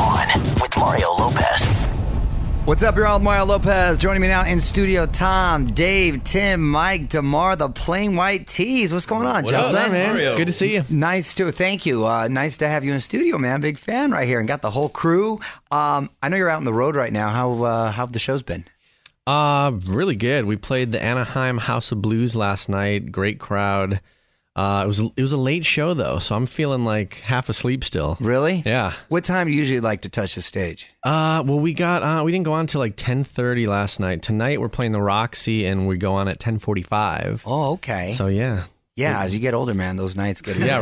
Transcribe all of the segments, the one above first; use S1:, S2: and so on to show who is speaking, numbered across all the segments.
S1: On with Mario Lopez.
S2: What's up, y'all? Mario Lopez joining me now in studio. Tom, Dave, Tim, Mike, Demar, the plain white tees. What's going on,
S3: What's
S2: gentlemen?
S3: up, man? Mario. Good to see you.
S2: Nice to thank you. Uh, nice to have you in studio, man. Big fan right here, and got the whole crew. Um, I know you're out on the road right now. How uh, how have the shows been?
S3: Uh, really good. We played the Anaheim House of Blues last night. Great crowd. Uh, it was it was a late show though, so I'm feeling like half asleep still.
S2: Really?
S3: Yeah.
S2: What time do you usually like to touch the stage?
S3: Uh, well, we got uh, we didn't go on till like 10:30 last night. Tonight we're playing the Roxy, and we go on at 10:45.
S2: Oh, okay.
S3: So yeah,
S2: yeah, as you get older, man, those nights get
S3: yeah,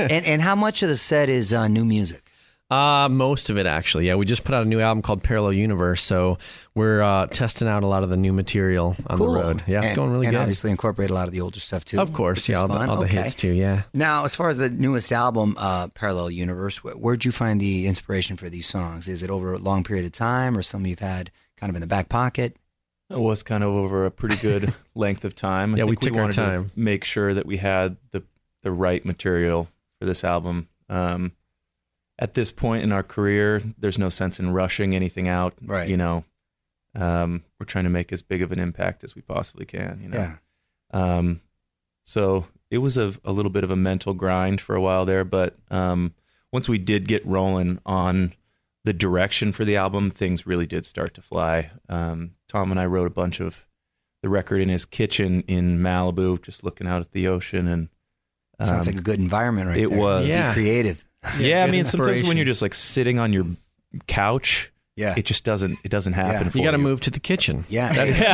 S2: and and how much of the set is uh, new music?
S3: Uh, most of it actually. Yeah, we just put out a new album called Parallel Universe, so we're uh, testing out a lot of the new material on the road. Yeah, it's
S2: And-
S3: going really
S2: and
S3: good.
S2: obviously incorporate a lot of the older stuff too.
S3: of course,
S2: which is
S3: yeah, all, the,
S2: fun.
S3: all the
S2: Okay.
S3: hits too. Yeah.
S2: Now, as far as the newest album, uh, Parallel Universe, wh- where'd you find the inspiration for these songs? Is it over a long period of time, or some you've had kind of in the back pocket?
S4: It was kind of over a pretty good length of time.
S3: Yeah, we
S4: think
S3: took our
S4: wanted to
S3: time.
S4: make sure that we had the the right material for this album. Um, at this point in our career, there's no sense in rushing anything out.
S2: Right.
S4: You know, um, we're trying to make as big of an impact as we possibly can. You know.
S2: Yeah.
S4: Um, so it was a, a little bit of a mental grind for a while there, but um, once we did get rolling on the direction for the album, things really did start to fly. Um, Tom and I wrote a bunch of the record in his kitchen in Malibu, just looking out at the ocean, and
S2: Sounds
S4: um,
S2: like a good environment right
S4: it
S2: there.
S4: was.
S2: To be
S3: Yeah.
S2: creative.
S4: yeah. I
S3: good
S4: mean, sometimes when
S3: inspiration.
S4: you're just like sitting on your couch,
S2: Yeah.
S4: it just doesn't it doesn't happen.
S2: Yeah.
S4: For
S3: You got to move to the kitchen.
S2: Yeah, that's the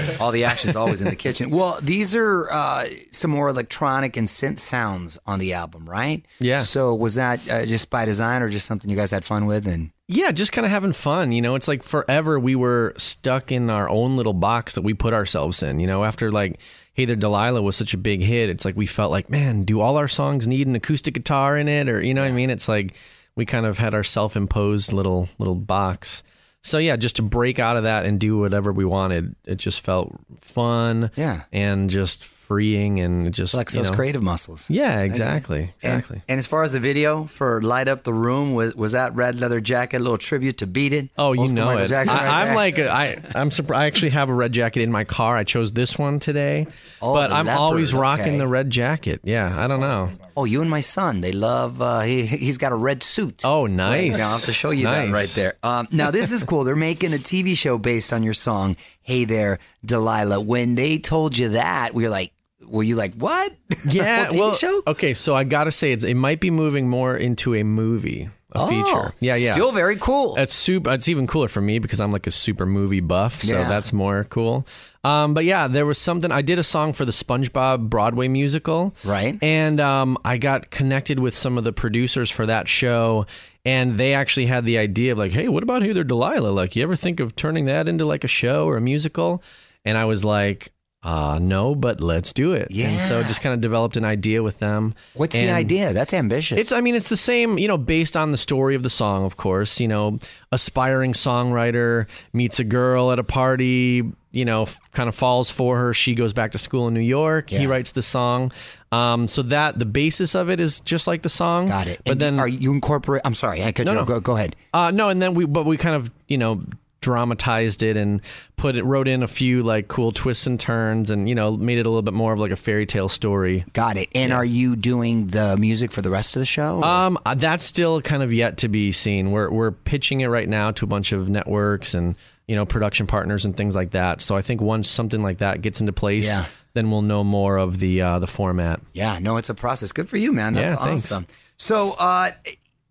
S2: secret. All the action's always in the kitchen. Well, these are uh, some more electronic and synth sounds on the album, right?
S3: Yeah.
S2: So was that uh, just by design, or just something you guys had fun with? And
S3: Yeah, just kind of having fun. You know, it's like forever we were stuck in our own little box that we put ourselves in. You know, after like Hey There Delilah was such a big hit, it's like we felt like, man, do all our songs need an acoustic guitar in it? Or, you know what I mean? It's like we kind of had our self imposed little, little box. So, yeah, just to break out of that and do whatever we wanted, it just felt fun
S2: Yeah.
S3: and just freeing and it just
S2: flex
S3: you
S2: those
S3: know.
S2: creative muscles.
S3: Yeah, exactly,
S2: And-
S3: exactly.
S2: And, as far as the video for "Light Up the Room," was was that red leather jacket a little tribute to "Beat It"?
S3: Oh,
S2: Old
S3: you
S2: school
S3: know
S2: Michael
S3: it.
S2: Jackson right
S3: I, I'm
S2: there.
S3: like a- I I'm surprised. I actually have a red jacket in my car. I chose this one today,
S2: Oh,
S3: but
S2: the
S3: I'm always
S2: leopard,
S3: rocking
S2: okay.
S3: the red jacket. Yeah, I don't know.
S2: oh, you and my son. They love. Uh, he he's got a red suit.
S3: Oh,
S2: Wait,
S3: nice.
S2: now I have to show you that
S3: Nice.
S2: right there. Um, now this is cool. They're making a TV show based on your song "Hey There, Delilah." When they told you that, we were like, "Were you like what?"
S3: Yeah,
S2: A TV
S3: well,
S2: show?
S3: okay. So I gotta say, it's, it might be moving more into a movie, a
S2: Oh,
S3: feature. Yeah, yeah.
S2: Still very cool.
S3: It's super. It's even cooler for me because I'm like a super movie buff, so
S2: Yeah.
S3: that's more cool. Um, but yeah, there was something. I did a song for the SpongeBob Broadway musical,
S2: Right.
S3: And um, I got connected with some of the producers for that show, and they actually had the idea of like, hey, what about Heather Delilah? Like, you ever think of turning that into like a show or a musical? And I was like. Uh, no, but let's do it. And so
S2: Yeah.
S3: just kind of developed an idea with them.
S2: What's
S3: And-
S2: the idea? That's ambitious.
S3: it's, I mean, it's the same, you know, based on the story of the song, of course. You know, aspiring songwriter meets a girl at a party, you know, f- kind of falls for her. She goes back to school in New York. He
S2: Yeah.
S3: writes the song. Um, so that the basis of it is just like the song.
S2: Got it.
S3: But
S2: And
S3: then,
S2: are you incorporate? I'm sorry, I cut
S3: No,
S2: you.
S3: no.
S2: off. Go, go ahead.
S3: uh, no, and then we, but we kind of, you know, dramatized it and put it, wrote in a few like cool twists and turns and, you know, made it a little bit more of like a fairy tale story.
S2: Got it. And are you doing the music for the rest of the show? or-
S3: Um, uh, that's still kind of yet to be seen. We're we're pitching it right now to a bunch of networks and you know production partners and things like that. So I think once something like that gets into place,
S2: Yeah.
S3: then we'll know more of the uh, the format.
S2: yeah, no, it's a process. Good for you, man. That's
S3: Yeah, thanks.
S2: awesome. So, uh,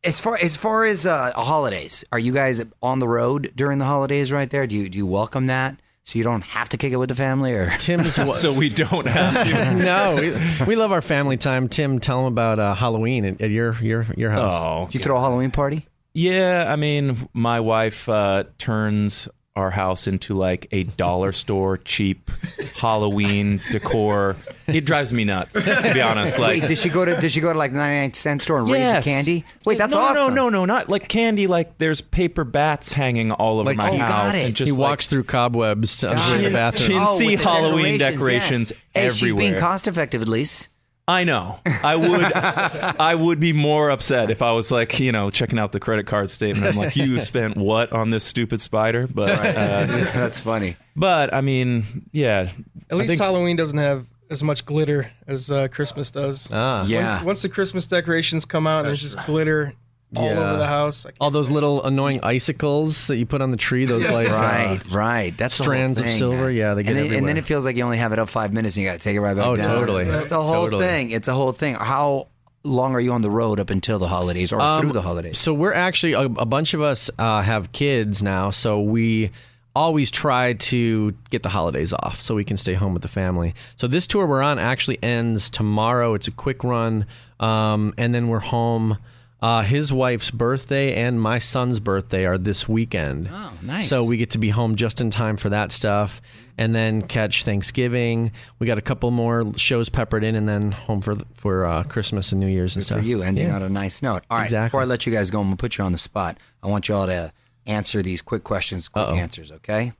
S2: as far as far as uh, holidays, are you guys on the road during the holidays? Right there, do you do you welcome that so you don't have to kick it with the family? Or
S3: Tim's wa-
S4: So we don't have to.
S3: no, we, we love our family time. Tim, tell him about uh, Halloween at, at your your your house.
S4: Oh,
S2: you throw a Halloween party?
S4: yeah. I mean, my wife uh, turns our house into like a dollar store cheap Halloween decor. It drives me nuts, to be honest. Like,
S2: Wait, did she go to did she go to like ninety nine cent store and raid
S4: Yes.
S2: for candy? Wait,
S4: Yeah,
S2: that's
S4: no,
S2: awesome.
S4: No, no, no, not like candy. Like there's paper bats hanging all over
S3: Like
S4: my
S3: he- Oh, got
S4: house,
S2: it.
S4: and just
S3: he
S4: like,
S3: walks through cobwebs um,
S2: Got
S3: in the
S2: it.
S3: bathroom.
S4: Chin-
S2: Oh, with
S4: see
S2: the
S4: Halloween decorations
S2: yes. Hey, she's being
S4: everywhere.
S2: cost effective at least.
S4: I know. I would. I would be more upset if I was like, you know, checking out the credit card statement. I'm like, you spent what on this stupid spider? But, uh,
S2: that's funny.
S4: but I mean, yeah.
S5: At least Halloween doesn't have as much glitter as uh, Christmas does.
S3: Ah.
S2: Yeah.
S5: Once, once the Christmas decorations come out, and there's just glitter all
S3: Yeah.
S5: over the house. I can't-
S3: All those little annoying icicles that you put on the tree, those like uh,
S2: Right, right. That's the whole
S3: strands of
S2: thing,
S3: silver.
S2: man.
S3: Yeah, they get
S2: and then, and
S3: everywhere.
S2: then it feels like you only have it up five minutes, and you got to take it right back
S3: Oh,
S2: down.
S3: totally.
S2: It's a whole
S3: Totally.
S2: thing. It's a whole thing. How long are you on the road up until the holidays or through the holidays?
S3: Um, So we're actually a, a bunch of us uh, have kids now, so we always try to get the holidays off so we can stay home with the family. So this tour we're on actually ends tomorrow. It's a quick run, um, and then we're home. Uh, his wife's birthday and my son's birthday are this weekend.
S2: Oh, nice.
S3: So we get to be home just in time for that stuff, and then catch Thanksgiving. We got a couple more shows peppered in, and then home for for uh, Christmas and New Year's and
S2: For
S3: stuff.
S2: you, ending on a nice note. All right,
S3: Exactly.
S2: before I let you guys go, I'm gonna put you on the spot. I want you all to answer these quick questions, quick answers. Okay.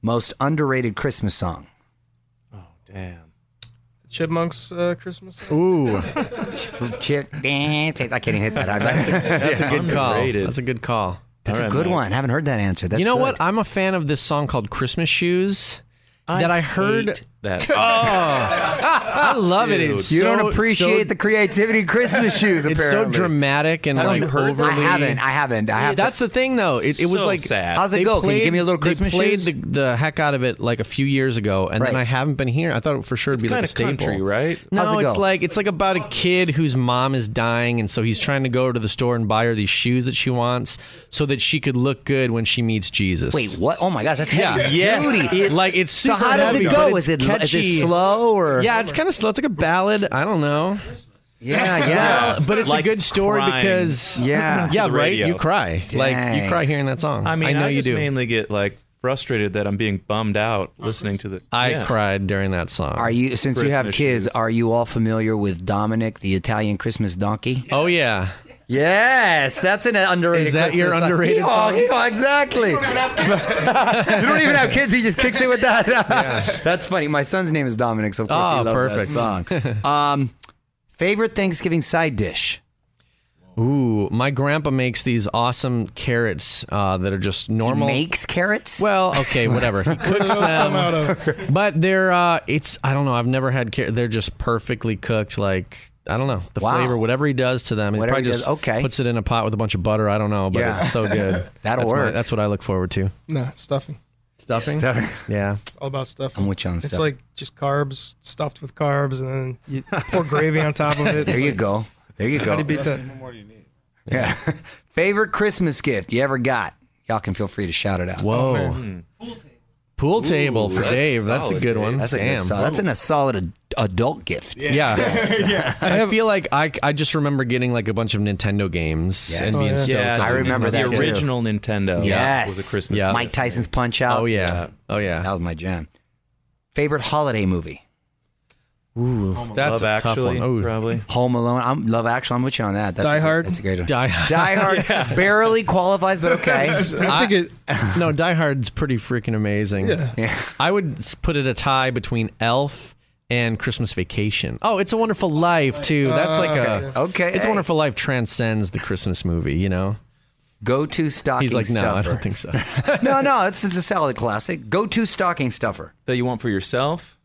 S2: Most underrated Christmas song.
S4: Damn.
S5: Chipmunks uh, Christmas.
S3: Ooh.
S2: Chick dance. I can't even hit that. I-
S3: That's a good call.
S4: Underrated.
S3: That's a good call.
S2: That's
S4: All
S2: a
S4: right,
S2: good
S4: man.
S2: one. Haven't heard that answer. That's
S3: you know
S2: good.
S3: what? I'm a fan of this song called Christmas Shoes that I heard.
S4: Hate that. Oh,
S3: I love it. It's
S2: Ah, You
S3: so-
S2: don't appreciate
S3: so-
S2: the creativity of Christmas shoes.
S3: It's so
S2: Apparently,
S3: dramatic and like overly.
S2: I haven't. I haven't. I haven't.
S3: That's the thing, though. It, it was
S4: So
S3: like
S4: sad.
S2: How's it
S3: they
S2: go? Can you give me a little
S3: they
S2: Christmas
S3: played
S2: shoes?
S3: the, the heck out of it like a few years ago, and then
S2: Right.
S3: I haven't been here. I thought for sure it'd be like
S4: kind
S3: a
S4: of
S3: staple,
S4: country, right?
S3: No,
S2: How's it
S3: it's
S2: go?
S3: like it's like about a kid whose mom is dying, and so he's trying to go to the store and buy her these shoes that she wants, so that she could look good when she meets Jesus.
S2: Wait, what? Oh my gosh, that's
S3: Yeah.
S2: heavy
S4: Yes,
S2: duty.
S4: it-
S3: like it's
S2: so
S3: super
S2: how does
S3: heavy,
S2: it
S3: but
S2: go?
S3: it's
S2: Is it, is
S3: catchy.
S2: it slow or?
S3: Yeah, it's kind of slow. It's like a ballad. I don't know,
S2: yeah, yeah.
S3: but it's
S4: Uh, Like
S3: a good story
S4: crying.
S3: because
S2: Yeah.
S3: yeah,
S4: To the
S3: right.
S4: radio.
S3: You cry like
S2: Dang.
S3: you cry hearing that song.
S4: I mean, I,
S3: know you
S4: just
S3: do.
S4: mainly get like frustrated that I'm being bummed out listening to the.
S3: I
S4: yeah.
S3: cried during that song.
S2: Are you since you have
S4: Christmas
S2: kids?
S4: shoes.
S2: Are you all familiar with Dominic the Italian Christmas donkey?
S3: Oh yeah,
S2: Yes, that's an underrated.
S3: Is that your
S2: Christmas
S3: underrated
S2: Yeehaw,
S3: song?
S2: yeehaw, exactly. You don't, even have kids. He just kicks it with that. That's funny. My son's name is Dominic, so of course
S3: Ah,
S2: he loves
S3: perfect.
S2: that song. Um, favorite Thanksgiving side dish?
S3: Ooh, my grandpa makes these awesome carrots uh, that are just normal.
S2: Makes carrots.
S3: Well, okay, whatever. He cooks
S5: I'm out
S3: them,
S5: of
S3: but they're uh, it's I don't know. I've never had car- they're just perfectly cooked. Like I don't know the
S2: Wow.
S3: flavor, whatever he does to them,
S2: Whatever
S3: he probably
S2: he does,
S3: just
S2: okay.
S3: puts it in a pot with a bunch of butter. I don't know, but
S2: Yeah.
S3: it's so good.
S2: That'll
S3: that's my-
S2: work.
S3: that's what I look forward to.
S5: nah, stuffing.
S3: Stuffing. Yeah.
S5: It's all about stuffing.
S2: I'm with you on
S5: It's
S2: stuffing.
S5: like just carbs stuffed with carbs, and then you pour gravy on top of it.
S2: there
S5: It's
S2: you
S5: like,
S2: go. There you
S5: How do
S2: go.
S5: you beat that?
S2: Yeah. favorite Christmas gift you ever got? Y'all can feel free to shout it out.
S3: Whoa. Oh. Pool table for
S4: that's
S3: Dave. That's a
S4: solid,
S3: good
S4: Dave.
S3: one.
S2: That's a
S3: Damn.
S2: good, sol- that's an, a solid ad- adult gift.
S3: Yeah. I feel like I, I just remember getting like a bunch of Nintendo games
S2: Yes.
S3: and being
S5: Oh, yeah.
S3: stoked
S4: Yeah,
S3: on
S2: I
S3: it.
S2: remember
S4: the
S2: that too.
S4: original Nintendo.
S2: Yes.
S4: was a Christmas.
S3: Yeah.
S4: gift.
S2: Mike Tyson's Punch Out.
S3: Oh yeah. Oh yeah.
S2: That was my jam. Favorite holiday movie?
S3: That's
S4: Love
S3: a tough
S4: actually,
S3: one. Ooh.
S4: probably.
S2: Home Alone. I'm Love Actually. I'm with you on that. That's
S5: Die
S2: a good-
S5: Hard?
S2: That's a great one.
S3: Die Hard.
S2: Die Hard barely qualifies, but okay.
S5: I think it.
S3: no, Die Hard's pretty freaking amazing.
S2: Yeah.
S3: I would s- put it a tie between Elf and Christmas Vacation. Oh, It's a Wonderful Life too. That's like a
S2: Okay.
S3: It's a Wonderful Life transcends the Christmas movie. You know.
S2: Go-to stocking
S3: He's like, no,
S2: stuffer.
S3: I don't think so.
S2: no, no, it's it's a solid classic. Go-to stocking stuffer.
S4: That you want for yourself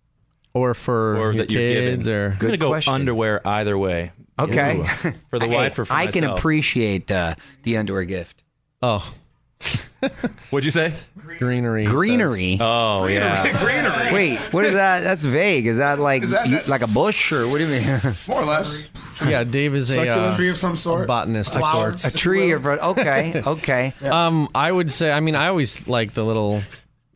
S3: Or
S4: or
S3: for your
S4: that you're
S3: kids,
S4: given.
S3: or
S4: I'm gonna go
S2: question.
S4: underwear either way.
S2: Okay.
S4: Ooh. For the
S2: Hey,
S4: wife or for
S2: I can
S4: myself.
S2: appreciate uh, the underwear gift.
S3: oh,
S4: What'd you say?
S3: greenery. he says.
S2: Greenery.
S4: Oh yeah.
S6: Greenery.
S2: Wait, what is that? That's vague. Is that like
S6: that-
S2: you- like a bush or what do you mean?
S6: More or less.
S3: Yeah, Dave is a, uh,
S6: Tree of some sort.
S3: a botanist of
S6: Flowers.
S3: sorts.
S2: a tree or okay, okay.
S3: Um, I would say. I mean, I always like the little,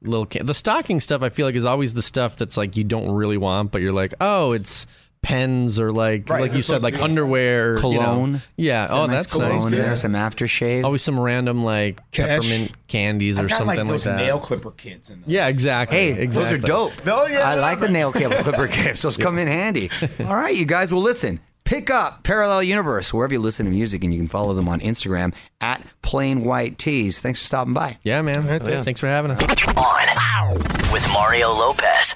S3: little can- the stocking stuff. I feel like is always the stuff that's like you don't really want, but you're like, oh, it's pens or like,
S6: Right,
S3: like
S6: they're
S3: you
S6: supposed
S3: said,
S6: to
S3: like
S6: be-
S3: underwear, you know.
S2: Cologne.
S3: Yeah. Oh,
S2: Nice
S3: that's
S2: cologne
S3: nice.
S2: in there,
S3: yeah. Oh,
S2: some aftershave.
S3: Always some random like
S5: Cash.
S3: peppermint candies or
S6: Kinda
S3: something
S6: like
S3: like,
S6: those
S3: that.
S6: nail clipper kids. In
S3: yeah, exactly.
S2: Hey,
S3: exactly.
S2: those are dope.
S6: No, yeah,
S2: I
S6: sure.
S2: like the nail clipper clipper clips. Those come in handy. All right, you guys. Well, listen. Pick up Parallel Universe wherever you listen to music, and you can follow them on Instagram at Plain White Tees. Thanks for stopping by.
S3: Yeah, man. Thanks for having us.
S1: On with Mario Lopez.